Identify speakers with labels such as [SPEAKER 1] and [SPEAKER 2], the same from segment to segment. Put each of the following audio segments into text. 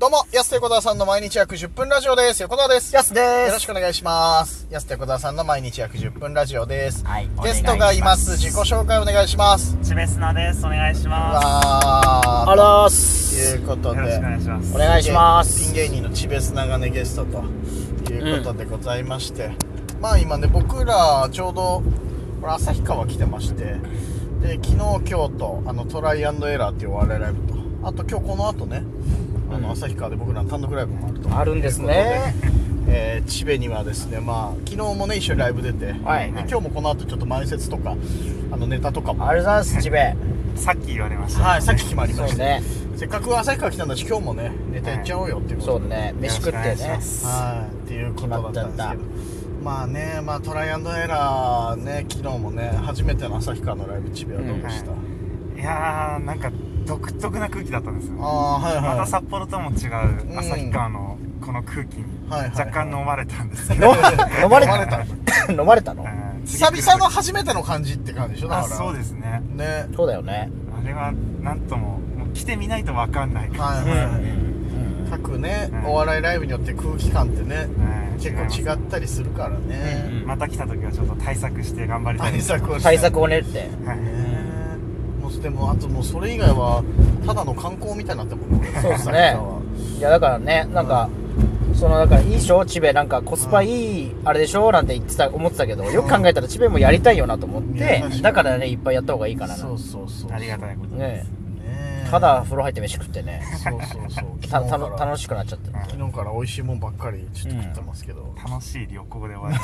[SPEAKER 1] どうも、安手小沢さんの毎日約10分ラジオです。横田です。
[SPEAKER 2] やすです
[SPEAKER 1] よろしくお願いします。安手小沢さんの毎日約10分ラジオです。
[SPEAKER 2] はい
[SPEAKER 1] ゲストがいます。
[SPEAKER 2] お願い
[SPEAKER 1] 自
[SPEAKER 2] し
[SPEAKER 1] 己
[SPEAKER 2] ます
[SPEAKER 1] 紹介お願いします。
[SPEAKER 3] チベスナです。お願いしま
[SPEAKER 1] わ
[SPEAKER 2] あらー
[SPEAKER 1] ー。とい
[SPEAKER 2] す
[SPEAKER 1] うこと
[SPEAKER 3] す。
[SPEAKER 1] で、
[SPEAKER 3] よろしくお願いします。
[SPEAKER 2] お願いします
[SPEAKER 1] ピン芸人のチベスナがね、ゲストということでございまして、まあ今ね、僕らちょうど、これ旭川来てまして、で、昨日、今日と、あの、トライアンドエラーっていうお笑いライブと、あと今日この後ね、あの、旭川で僕らの単独ライブもあると。
[SPEAKER 2] あるんですね
[SPEAKER 1] えー、チベにはですね、まあ、昨日もね一緒にライブ出て、
[SPEAKER 2] はい
[SPEAKER 1] で今日もこの後ちょっと前説とかあのネタとかも、
[SPEAKER 2] ありがとうございますちべ
[SPEAKER 3] さっき言われました。
[SPEAKER 1] はい、さっき決まりま
[SPEAKER 2] そう
[SPEAKER 1] した、
[SPEAKER 2] ね
[SPEAKER 1] せっかく旭川来たんだし今日もねネタやっちゃおうよっていうこと
[SPEAKER 2] そ
[SPEAKER 1] で、
[SPEAKER 2] うね飯食っ
[SPEAKER 3] よ
[SPEAKER 2] て
[SPEAKER 3] ろしくお願
[SPEAKER 2] ね
[SPEAKER 3] いしま
[SPEAKER 1] はいっていうことだったんです
[SPEAKER 2] 決まっちゃ
[SPEAKER 1] けどまあね、まあ、トライアンドエラーね昨日もね初めての旭川のライブチベはどうでした、
[SPEAKER 3] うんいやー、なんか独特な空気だったんですよ。
[SPEAKER 1] あ
[SPEAKER 3] ま
[SPEAKER 1] あはいはい、
[SPEAKER 3] た札幌とも違
[SPEAKER 1] うん
[SPEAKER 3] う旭川のこの空気に
[SPEAKER 1] はいはいはい
[SPEAKER 3] 若干飲まれたんですけど。
[SPEAKER 2] 飲まれ
[SPEAKER 1] 飲まれた
[SPEAKER 2] た飲まれたの
[SPEAKER 3] うん
[SPEAKER 1] 久々の初めての感じって感じでしょだ
[SPEAKER 3] あ、
[SPEAKER 1] から
[SPEAKER 3] そうですね。
[SPEAKER 1] ね
[SPEAKER 2] そうだよね
[SPEAKER 3] あれはなんとも、もう来てみないとわかんない
[SPEAKER 1] は
[SPEAKER 3] 感
[SPEAKER 1] い
[SPEAKER 3] じで
[SPEAKER 1] は
[SPEAKER 3] す
[SPEAKER 1] い、
[SPEAKER 3] ね。
[SPEAKER 2] うん
[SPEAKER 1] 各ね、
[SPEAKER 3] うん
[SPEAKER 1] お笑いライブによって空気感ってね、
[SPEAKER 3] はい
[SPEAKER 1] 結
[SPEAKER 3] 違います
[SPEAKER 1] 構違ったりするからね、
[SPEAKER 2] うん
[SPEAKER 3] また来た時はちょっと対策して頑張りたい
[SPEAKER 1] 対
[SPEAKER 3] です。
[SPEAKER 1] 策をして
[SPEAKER 2] 対策を練って
[SPEAKER 3] はい
[SPEAKER 1] ねもうでもあともうそれ以外はただの観光みたいになってもんね
[SPEAKER 2] そうですねいやだからねなんかそのだからいいでしょちべなんかコスパいいあれでしょなんて言ってた思ってたけどよく考えたらちべもやりたいよなと思っ
[SPEAKER 1] いや
[SPEAKER 2] て
[SPEAKER 1] 確かに
[SPEAKER 2] だからねいっぱいやった方がいいからな
[SPEAKER 1] そうそうそう
[SPEAKER 3] ありがたいことです。
[SPEAKER 2] ね
[SPEAKER 1] ね
[SPEAKER 2] ただ風呂入って飯食ってね
[SPEAKER 1] そうそうそう 昨日
[SPEAKER 2] たた
[SPEAKER 1] から
[SPEAKER 2] の楽しくなっちゃって
[SPEAKER 1] 昨日から美味しいもんばっかりちょっと食ってますけど、
[SPEAKER 3] 楽しい旅行で終わ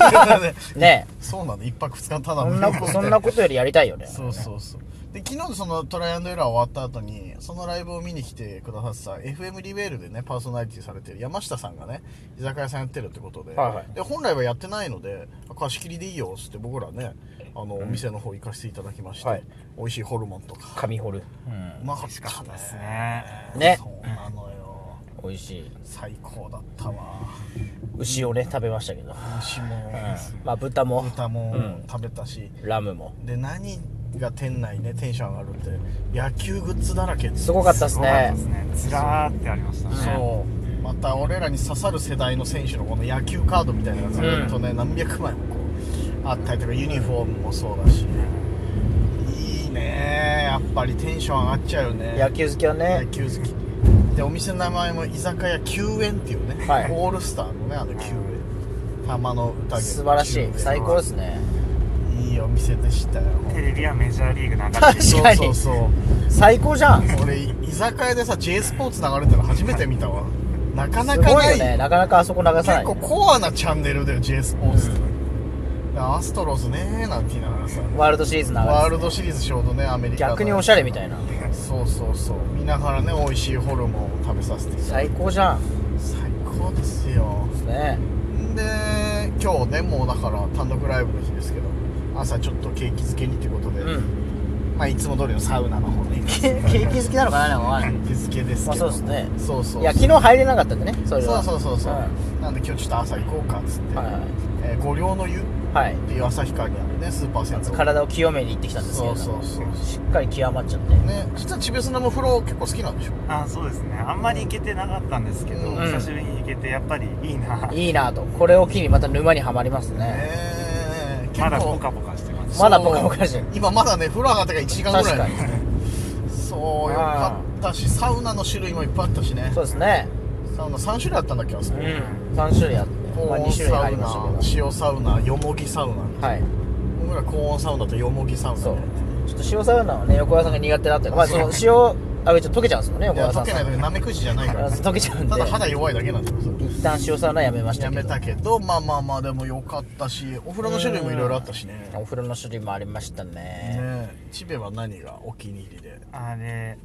[SPEAKER 3] り。
[SPEAKER 2] ね
[SPEAKER 1] そうなの一泊二日ただ
[SPEAKER 2] そ
[SPEAKER 1] の
[SPEAKER 2] んなそんなことよりやりたいよね
[SPEAKER 1] そうそうそうで昨日そのトライアンドエラー終わった後にそのライブを見に来てくださってた FM リベールでねパーソナリティされてる山下さんがね居酒屋さんやってるってことで,、
[SPEAKER 2] はいはい
[SPEAKER 1] で本来はやってないので貸し切りでいいよっつって僕らねあの、お店の方行かせていただきまして、
[SPEAKER 2] はい
[SPEAKER 1] 美味しいホルモンとか
[SPEAKER 2] 紙掘る、
[SPEAKER 1] うまかっ
[SPEAKER 3] しかったたです
[SPEAKER 1] ね
[SPEAKER 3] ね。
[SPEAKER 2] ね
[SPEAKER 1] そうなのよ
[SPEAKER 2] うん、美味しい
[SPEAKER 1] 最高だったわ
[SPEAKER 2] 牛をね食べましたけど、
[SPEAKER 1] 牛も
[SPEAKER 2] まあ豚も
[SPEAKER 1] 豚も
[SPEAKER 2] うん
[SPEAKER 1] 食べたし、
[SPEAKER 2] ラムも
[SPEAKER 1] で何が店内ねテンション上がるって野球グッズだらけって
[SPEAKER 2] すごかったですね
[SPEAKER 3] すごかったですねずらーってありましたね
[SPEAKER 1] そうまた俺らに刺さる世代の選手のこの野球カードみたいなのがずっとね、何百枚もこうあったりとかユニフォームもそうだしいいねやっぱりテンション上がっちゃうよね
[SPEAKER 2] 野球好きはね
[SPEAKER 1] 野球好きでお店の名前も居酒屋球園っていうね、
[SPEAKER 2] はい
[SPEAKER 1] オールスターのねあの球園玉の宴
[SPEAKER 2] 素晴らしい最高ですね
[SPEAKER 1] いいお店でしたよ
[SPEAKER 3] テレビはメジャーリーグ流れてる
[SPEAKER 2] 確かに
[SPEAKER 1] そうそうそう
[SPEAKER 2] 最高じゃん
[SPEAKER 1] 俺居酒屋でさ J スポーツ流れてるの初めて見たわなかな
[SPEAKER 2] す
[SPEAKER 1] か
[SPEAKER 2] ごい
[SPEAKER 1] ない
[SPEAKER 2] よねなかなかあそこ流さな
[SPEAKER 1] 結
[SPEAKER 2] い
[SPEAKER 1] 構コアなチャンネルだよ J スポーツって、アストロズねーなんて言いながらさ
[SPEAKER 2] ワールドシリーズ流
[SPEAKER 1] ワー
[SPEAKER 2] れ
[SPEAKER 1] ルドシリーズちょうどねアメリカの
[SPEAKER 2] 逆におしゃれみたいな
[SPEAKER 1] そうそうそう見ながらね美味しいホルモンを食べさせて
[SPEAKER 2] 最高じゃん
[SPEAKER 1] 最高ですよ
[SPEAKER 2] ね
[SPEAKER 1] で今日ねもうだから単独ライブの日ですけど朝ちょっと景気づけにってことで、
[SPEAKER 2] うん
[SPEAKER 1] まあいつも通りのサウナの方ね景
[SPEAKER 2] 景気好きなのかななんかわかんない
[SPEAKER 1] 気づけです
[SPEAKER 2] ま
[SPEAKER 1] けど
[SPEAKER 2] あそうですね
[SPEAKER 1] そうそう
[SPEAKER 2] いや昨日入れなかったんでねそれ
[SPEAKER 1] そ
[SPEAKER 2] は
[SPEAKER 1] うそうそうそう、
[SPEAKER 2] は
[SPEAKER 1] なんで今日ちょっと朝行こうかっつって、
[SPEAKER 2] いはいはい
[SPEAKER 1] えー五稜の湯っ
[SPEAKER 2] はい
[SPEAKER 1] ていう旭川にあるねスーパー銭湯
[SPEAKER 2] 体を清めに行ってきたんですけれど
[SPEAKER 1] そうそうそう
[SPEAKER 2] しっかり極まっちゃって
[SPEAKER 1] ね実はチベスナも風呂結構好きなんでしょ
[SPEAKER 3] あそうですねあんまり行けてなかったんですけど、
[SPEAKER 1] うん
[SPEAKER 3] 久しぶりに行けてやっぱりいいない
[SPEAKER 2] いなとこれを機にまた沼にはまりますね
[SPEAKER 1] ええ結構
[SPEAKER 3] まだポカポカしてます
[SPEAKER 2] まだポカポカしてる
[SPEAKER 1] そう今まだね風呂上がってから1時間ぐらい
[SPEAKER 2] 確かに
[SPEAKER 1] そうよかったしサウナの種類もいっぱいあったしね
[SPEAKER 2] そうですね
[SPEAKER 1] サウナ3種類あったんだっけあそこ、
[SPEAKER 2] うん3種類あって、まあ、
[SPEAKER 1] 高
[SPEAKER 2] 2
[SPEAKER 1] 温
[SPEAKER 2] 種類
[SPEAKER 1] サ
[SPEAKER 2] あ
[SPEAKER 1] ウ
[SPEAKER 2] りましたけ
[SPEAKER 1] ナ塩サウナよもぎサウナ
[SPEAKER 2] どはい
[SPEAKER 1] 僕ら高温サウナとよもぎサウナ
[SPEAKER 2] そう
[SPEAKER 1] ね
[SPEAKER 2] ちょっと塩サウナはね横川さんが苦手だったから、まあ、その塩あげちゃ溶けちゃうんですもんね
[SPEAKER 1] い
[SPEAKER 2] 横
[SPEAKER 1] や
[SPEAKER 2] 川さ
[SPEAKER 1] 溶
[SPEAKER 2] ん
[SPEAKER 1] けないとなめくじじゃないからね
[SPEAKER 2] 溶けちゃうんで
[SPEAKER 1] ただ肌弱いだけなんだよそれ
[SPEAKER 2] 一旦塩サウナやめました
[SPEAKER 1] や
[SPEAKER 2] けど
[SPEAKER 1] めたけどまあまあまあでもよかったしお風呂の種類もいろいろあったしね
[SPEAKER 2] お風呂の種類もありましたね
[SPEAKER 1] ねチベは何がお気に入りで
[SPEAKER 3] あれ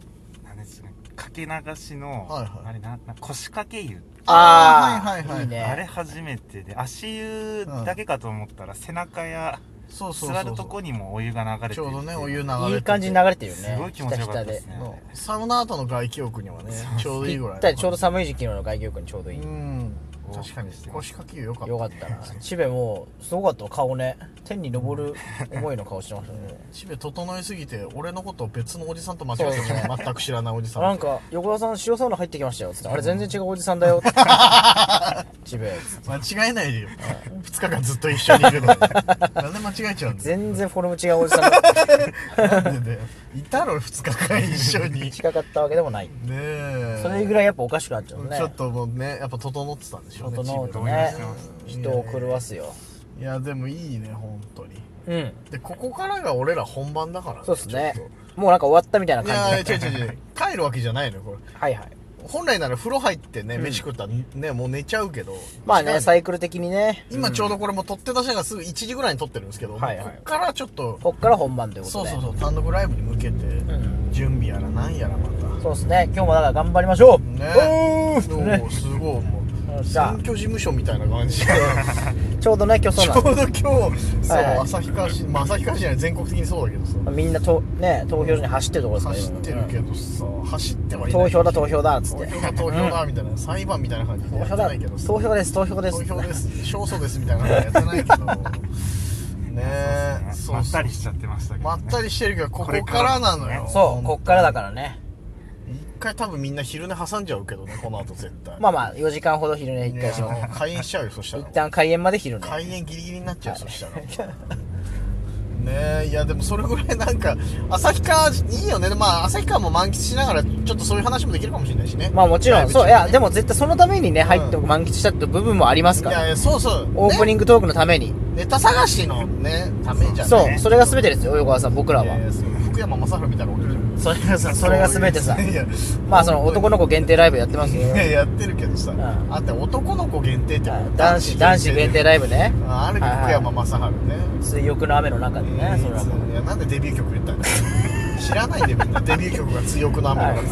[SPEAKER 3] なんですねかけ流しの、
[SPEAKER 1] はいはい
[SPEAKER 3] あれなな腰掛け湯、
[SPEAKER 2] ああ
[SPEAKER 1] はいはいはい
[SPEAKER 2] ね
[SPEAKER 3] あれ初めてで足湯だけかと思ったら、背中や
[SPEAKER 1] そうそうそう
[SPEAKER 3] 座るとこにもお湯が流れ
[SPEAKER 1] ち
[SPEAKER 3] てて
[SPEAKER 1] ょうどねお湯流れてて
[SPEAKER 2] いい感じに流れてるよね
[SPEAKER 3] すごい気持ちよかったですね
[SPEAKER 1] のサウナ後の外気浴にはねちょうどいい
[SPEAKER 2] ひ
[SPEAKER 1] ぐら
[SPEAKER 2] っ
[SPEAKER 1] い
[SPEAKER 2] たりちょうど寒い時期の外気浴にちょうどいい、
[SPEAKER 1] うん確かに
[SPEAKER 3] してま
[SPEAKER 1] 腰
[SPEAKER 3] す
[SPEAKER 1] 掛けよかった、ね、
[SPEAKER 2] よかったなチベもうすごかったわ顔ね天に昇る思いの顔してましたね
[SPEAKER 1] チベ整えすぎて俺のことを別のおじさんと間違えてしまう全く知らないおじさん
[SPEAKER 2] なんか横田さん塩サウナ入ってきましたよつってあれ全然違うおじさ んだよチベ
[SPEAKER 1] 間違えないでよ2日間ずっと一緒にいるのになんで間違えちゃうんだよ
[SPEAKER 2] 全然フォルム違うおじさんが
[SPEAKER 1] なんでだよいたろ2日間一 緒にね
[SPEAKER 2] 近かったわけでもない
[SPEAKER 1] え
[SPEAKER 2] それぐらいやっぱおかしくなっちゃうね
[SPEAKER 1] ちょっともうねやっぱ整ってたんでしょうね
[SPEAKER 2] 整う
[SPEAKER 1] チ
[SPEAKER 2] と
[SPEAKER 1] ベは
[SPEAKER 3] ね
[SPEAKER 2] ね人を狂わすよ
[SPEAKER 1] いやでもいいね本当に
[SPEAKER 2] うん
[SPEAKER 1] でここからが俺ら本番だから、ね、
[SPEAKER 2] そうですね
[SPEAKER 1] ちょっ
[SPEAKER 2] もうなんか終わったみたいな
[SPEAKER 1] といや
[SPEAKER 2] 感
[SPEAKER 1] 違
[SPEAKER 2] じ
[SPEAKER 1] う違う 違う帰るわけじゃないのよこれ
[SPEAKER 2] はいはい
[SPEAKER 1] 本来なら風呂入ってね
[SPEAKER 2] うん
[SPEAKER 1] 飯食ったらね、もう寝ちゃうけど
[SPEAKER 2] まあね
[SPEAKER 1] 違う
[SPEAKER 2] サイクル的にね
[SPEAKER 1] 今ちょうどこれもう取って出しながらすぐ1時ぐらいに撮ってるんですけど、
[SPEAKER 2] はいはい
[SPEAKER 1] こっからちょっと
[SPEAKER 2] こっから本番というこ
[SPEAKER 1] そう
[SPEAKER 2] とで
[SPEAKER 1] そうそう単独ライブに向けて
[SPEAKER 2] ん
[SPEAKER 1] 準備やらなんやらまた、
[SPEAKER 2] そうですね今日もだから頑張りましょう
[SPEAKER 1] ね
[SPEAKER 2] うーん
[SPEAKER 1] そうすごいも
[SPEAKER 2] よっ
[SPEAKER 1] う
[SPEAKER 2] しゃ
[SPEAKER 1] 選挙事務所みたいな 感じで
[SPEAKER 2] ちょうどね今日
[SPEAKER 1] ち
[SPEAKER 2] そう
[SPEAKER 1] ょ
[SPEAKER 2] な
[SPEAKER 1] う
[SPEAKER 2] の
[SPEAKER 1] ど今日そう
[SPEAKER 2] はい
[SPEAKER 1] 旭川市まあ旭川市じゃない全国的にそうだけどさ
[SPEAKER 2] みんなとね投票所に走ってるところです
[SPEAKER 1] 走
[SPEAKER 2] か
[SPEAKER 1] っ
[SPEAKER 2] ら
[SPEAKER 1] てるけどさ走ってはいない
[SPEAKER 2] 投票だ投票だっつっ
[SPEAKER 1] 投
[SPEAKER 2] て
[SPEAKER 1] 票だ投票だみたいな、裁判みたいな感じで
[SPEAKER 2] 投
[SPEAKER 1] やっ
[SPEAKER 2] 票
[SPEAKER 1] て
[SPEAKER 2] だ
[SPEAKER 1] ないけどさ
[SPEAKER 2] 投票です投票です
[SPEAKER 1] 投票です勝訴ですみたいなのやってないけ どねえ
[SPEAKER 3] まったりしちゃってましたけど、
[SPEAKER 1] ま
[SPEAKER 3] ね、
[SPEAKER 1] ったりしてるけどこ
[SPEAKER 3] こ
[SPEAKER 1] こ
[SPEAKER 3] れ
[SPEAKER 1] か
[SPEAKER 3] からら
[SPEAKER 1] なのよ
[SPEAKER 2] そうこっからだからね
[SPEAKER 1] 一回多分みんな昼寝挟んじゃうけどねこの後絶対
[SPEAKER 2] まあまあ4時間ほど昼寝一回し
[SPEAKER 1] いや
[SPEAKER 2] ま
[SPEAKER 1] もう開演しちゃうよそし
[SPEAKER 2] す
[SPEAKER 1] た
[SPEAKER 2] 一
[SPEAKER 1] ら
[SPEAKER 2] 旦開演まで昼寝
[SPEAKER 1] 開演ギリギリになっちゃうよそしたらねえいやでもそれぐらいなんか旭川いいよねまあ旭川も満喫しながらちょっとそういう話もできるかもしれないしね
[SPEAKER 2] まあもちろんそういやでも絶対そのためにね
[SPEAKER 1] ん
[SPEAKER 2] 入って満喫したって部分もあります
[SPEAKER 1] い
[SPEAKER 2] から
[SPEAKER 1] やいやそうそう
[SPEAKER 2] オープニングトークのために
[SPEAKER 1] ねネタ探しのねためじゃん
[SPEAKER 2] そ
[SPEAKER 1] ね
[SPEAKER 2] うそれが全てですよ横川さん僕ら
[SPEAKER 1] いやい
[SPEAKER 2] は
[SPEAKER 1] やそう福山雅治みたいな俺じゃん
[SPEAKER 2] それがさそれが全てさ
[SPEAKER 1] いや
[SPEAKER 2] まあその男の子限定ライブやってますよ
[SPEAKER 1] いややってるけどさ、
[SPEAKER 2] ん
[SPEAKER 1] あって男の子限定って
[SPEAKER 2] はい男子男子限定
[SPEAKER 1] だ
[SPEAKER 2] ライブね
[SPEAKER 1] ああるけど
[SPEAKER 2] はいはい
[SPEAKER 1] 福山雅治ね
[SPEAKER 2] 水浴の雨の中でねそれはもう
[SPEAKER 1] いやなんでデビュー曲言ったんだよ 知らないでみんなデビュー曲が「強くの雨」なんか、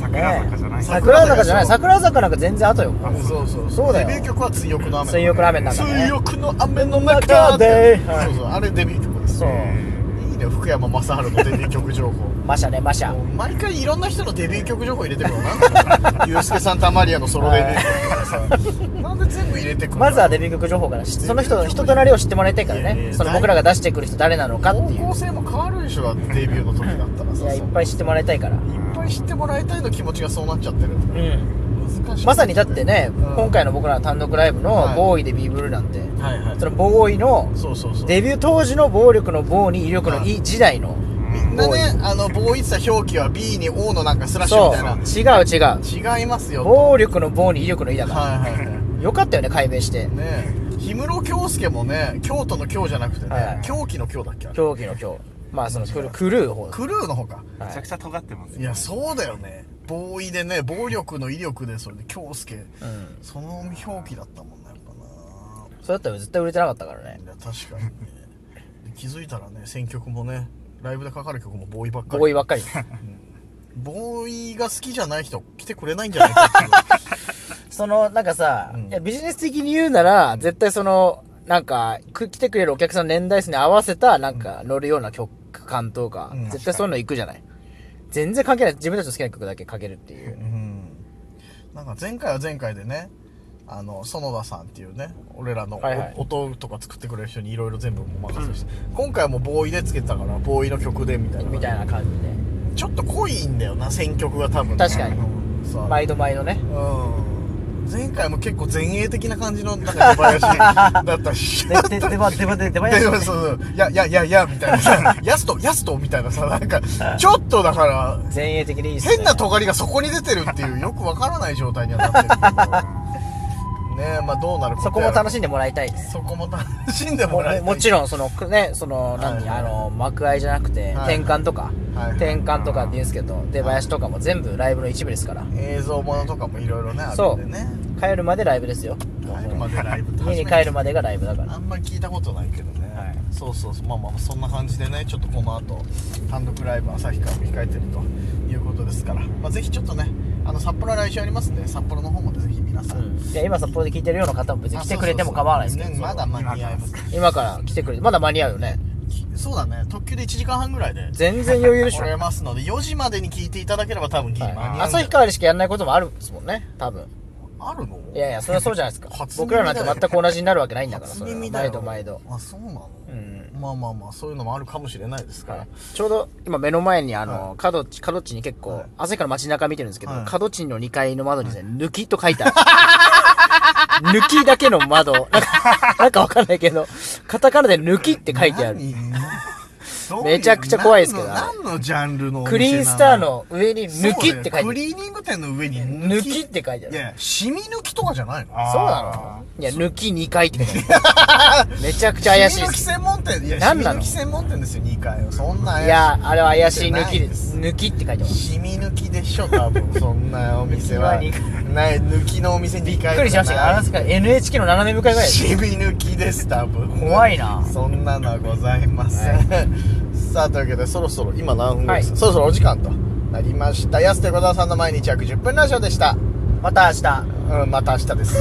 [SPEAKER 3] 桜坂じゃない、
[SPEAKER 1] ね
[SPEAKER 2] 桜坂じゃない桜坂なんか全然後よ
[SPEAKER 1] あそうそう
[SPEAKER 2] そうだよ
[SPEAKER 1] デビュー曲は「強くの雨」
[SPEAKER 2] 水浴の雨の中でね
[SPEAKER 1] 水浴の雨の中で、
[SPEAKER 2] はい
[SPEAKER 1] そうそうあれデビュー曲です
[SPEAKER 2] そう
[SPEAKER 1] いいね福山雅治のデビュー曲 情報
[SPEAKER 2] マシャねマシャ
[SPEAKER 1] もう毎回いろんな人のデビュー曲情報入れてくるのなんだろうユースケ・サンタマリアのソロデビュー曲とかさなんで全部入れてくるの
[SPEAKER 2] まずはデビュー曲情報からその人の人となりを知ってもらいたいから
[SPEAKER 1] いやい
[SPEAKER 2] ね
[SPEAKER 1] や
[SPEAKER 2] その僕らが出してくる人誰なのかっていう
[SPEAKER 1] 方向性も変わるでしょだってデビューの時だったら
[SPEAKER 2] い
[SPEAKER 1] さ
[SPEAKER 2] やいっぱい知ってもらいたいから
[SPEAKER 1] いっぱい知ってもらいたいの気持ちがそうなっちゃってる
[SPEAKER 2] うん
[SPEAKER 1] 難しい
[SPEAKER 2] まさにだってね、
[SPEAKER 1] うん
[SPEAKER 2] 今回の僕らの単独ライブ
[SPEAKER 1] は
[SPEAKER 2] の
[SPEAKER 1] い
[SPEAKER 2] ボーイでビーブルーなんて、
[SPEAKER 1] はいはい
[SPEAKER 2] そのボーイの
[SPEAKER 1] そうそうそう
[SPEAKER 2] デビュー当時の暴力の暴に威力の
[SPEAKER 1] はい
[SPEAKER 2] い時代の、
[SPEAKER 1] みんなねあの棒一切表記は B に O のなんかスラッシュ
[SPEAKER 2] そ
[SPEAKER 1] みたいう
[SPEAKER 2] 違う違う
[SPEAKER 1] な違いますよ
[SPEAKER 2] 暴力の暴に威力の威だから、
[SPEAKER 1] はいはいはい
[SPEAKER 2] よかったよね解明して
[SPEAKER 1] ねえ氷室京介もね京都の京じゃなくて
[SPEAKER 2] はいは
[SPEAKER 1] ね
[SPEAKER 2] い
[SPEAKER 1] 狂気の狂だっけあれ
[SPEAKER 2] 狂気の今日まあその狂狂う方だ
[SPEAKER 1] クルーの方か
[SPEAKER 3] めちゃくちゃ尖ってます
[SPEAKER 1] いやそうだよねボーイでね暴力の威力でそれで京介
[SPEAKER 2] うん
[SPEAKER 1] その表記だったもんねやっぱな
[SPEAKER 2] それだったら絶対売れてなかったからね
[SPEAKER 1] いや確かにねで気づいたらね選曲もねライブでかかる曲もボーイばっかり
[SPEAKER 2] ボーイばっかり
[SPEAKER 1] ボーイが好きじゃない人来てくれないんじゃないかっていう
[SPEAKER 2] そのなんかさ、
[SPEAKER 1] うん
[SPEAKER 2] いやビジネス的に言うなら絶対そのなんかく来てくれるお客さんの年代数に合わせたなんか乗るような曲感とか、
[SPEAKER 1] うん
[SPEAKER 2] 絶対そういうの行くじゃない全然関係ない自分たちの好きな曲だけかけるっていう
[SPEAKER 1] う、んなんか前回は前回でねあの園田さんっていうね俺らのお、
[SPEAKER 2] はいはい
[SPEAKER 1] 音とか作ってくれる人にいろいろ全部お任せして、今回はもうボーイでつけてたからボーイの曲でみたいな
[SPEAKER 2] みたいな感じで
[SPEAKER 1] ちょっと濃いんだよな選曲が多分
[SPEAKER 2] 確かに
[SPEAKER 1] うんさ
[SPEAKER 2] 毎度毎度ね
[SPEAKER 1] うん前回も結構前衛的な感じのなんか出囃 子だったし
[SPEAKER 2] でででばでばででば
[SPEAKER 1] で
[SPEAKER 2] や
[SPEAKER 1] そうそうそういやいやいやいやみたいなさやすとやすとみたいなさなんかちょっとだから
[SPEAKER 2] 前衛的でいいっすね
[SPEAKER 1] 変な尖りがそこに出てるっていうよくわからない状態にはなってるけどねえまあどうなること
[SPEAKER 2] そこも楽
[SPEAKER 1] し
[SPEAKER 2] しんでもらいたいです
[SPEAKER 1] そこも楽しんでも
[SPEAKER 2] も
[SPEAKER 1] らえ
[SPEAKER 2] もも ちろんそのくねその何、
[SPEAKER 1] はいはい
[SPEAKER 2] あの幕間じゃなくて、
[SPEAKER 1] はい
[SPEAKER 2] 転換とか、
[SPEAKER 1] はいはい
[SPEAKER 2] 転換とかって言うんですけど出囃子とかも全部ライブの一部ですから
[SPEAKER 1] 映像ものとかもいろいろねある
[SPEAKER 2] そうん
[SPEAKER 1] でね
[SPEAKER 2] 帰るまでライブですよ
[SPEAKER 1] 帰るまでライブって
[SPEAKER 2] 家に帰るまでがライブだから
[SPEAKER 1] あんまり聞いたことないけどね、
[SPEAKER 2] はい
[SPEAKER 1] そうそうそうまあまあそんな感じでねちょっとこの後単独ライブ旭川も控えてるということですから、まあ、ぜひちょっとねあの札幌は来週ありますんで札幌の方もぜひ皆さん、
[SPEAKER 2] いや今札幌で聞いてるような方も別に来てくれても構わないですけど
[SPEAKER 1] あそうそうそうねまだ間に合います
[SPEAKER 2] 今から来てくれてまだ間に合うよね
[SPEAKER 1] そうだね特急で1時間半ぐらいで
[SPEAKER 2] 全然余裕でしょ
[SPEAKER 1] 来れますので4時までに聞いていただければ多分ギリ間に合うんじゃない
[SPEAKER 2] 旭川でしかやんないこともあるんですもんね多分
[SPEAKER 1] あるの
[SPEAKER 2] いやいやそれはそうじゃないですか
[SPEAKER 1] 初耳
[SPEAKER 2] 僕
[SPEAKER 1] だ
[SPEAKER 2] ら
[SPEAKER 1] よ
[SPEAKER 2] なんて全く同じになるわけないんだから
[SPEAKER 1] 初
[SPEAKER 2] それは
[SPEAKER 1] 耳だ
[SPEAKER 2] 毎
[SPEAKER 1] よ
[SPEAKER 2] 度毎度
[SPEAKER 1] あそうなの、
[SPEAKER 2] うん
[SPEAKER 1] まあまあまあそういうのもあるかもしれないですから、
[SPEAKER 2] はいちょうど今目の前にあ
[SPEAKER 1] は
[SPEAKER 2] の、角地、角地に結構、
[SPEAKER 1] はい
[SPEAKER 2] 朝から街中見てるんですけど、
[SPEAKER 1] はい
[SPEAKER 2] 角地の2階の窓にですね、抜きと書いてある。 抜きだけの窓。なん か、なんかわかんないけど、カタカナで抜きって書いてある。
[SPEAKER 1] 何
[SPEAKER 2] めちゃくちゃ怖いですけど
[SPEAKER 1] 何の何のジャンルのお店
[SPEAKER 2] クリーンスターの上に
[SPEAKER 1] そうだ
[SPEAKER 2] 抜
[SPEAKER 1] よ
[SPEAKER 2] きって書いてあ
[SPEAKER 1] ク
[SPEAKER 2] る。
[SPEAKER 1] リーニング店の上に
[SPEAKER 2] 抜きって書いてあ
[SPEAKER 1] い
[SPEAKER 2] る。
[SPEAKER 1] やシミ抜きとかじゃないの
[SPEAKER 3] あー
[SPEAKER 2] そうなのいや、抜き2階って書いてある。めちゃくちゃ怪しい
[SPEAKER 1] シミ
[SPEAKER 2] で
[SPEAKER 1] 抜き
[SPEAKER 2] す。
[SPEAKER 1] 専門店いやシ
[SPEAKER 2] 何
[SPEAKER 1] ミ
[SPEAKER 2] な
[SPEAKER 1] 抜
[SPEAKER 2] の
[SPEAKER 1] き専門店ですよ2階はそんない怪し
[SPEAKER 2] や、あれは怪しい抜きで
[SPEAKER 1] な
[SPEAKER 2] す。
[SPEAKER 1] い
[SPEAKER 2] 抜きって書いてある。
[SPEAKER 1] シミ抜きでしょ多分そんなお店 は
[SPEAKER 2] 抜きは
[SPEAKER 1] ない抜きのお店2階
[SPEAKER 2] びっくりしましたけど、あれですか NHK の斜め向かいぐらいです。
[SPEAKER 1] シミ抜きです多分
[SPEAKER 2] 怖いな
[SPEAKER 1] そんなのはございません、さあというわけでそろそろ今何分ぐらいです、
[SPEAKER 2] は
[SPEAKER 1] そろそろお時間となりました安手小沢さんの毎日約10分ラジオでした
[SPEAKER 2] また明日。
[SPEAKER 1] うんまた明日です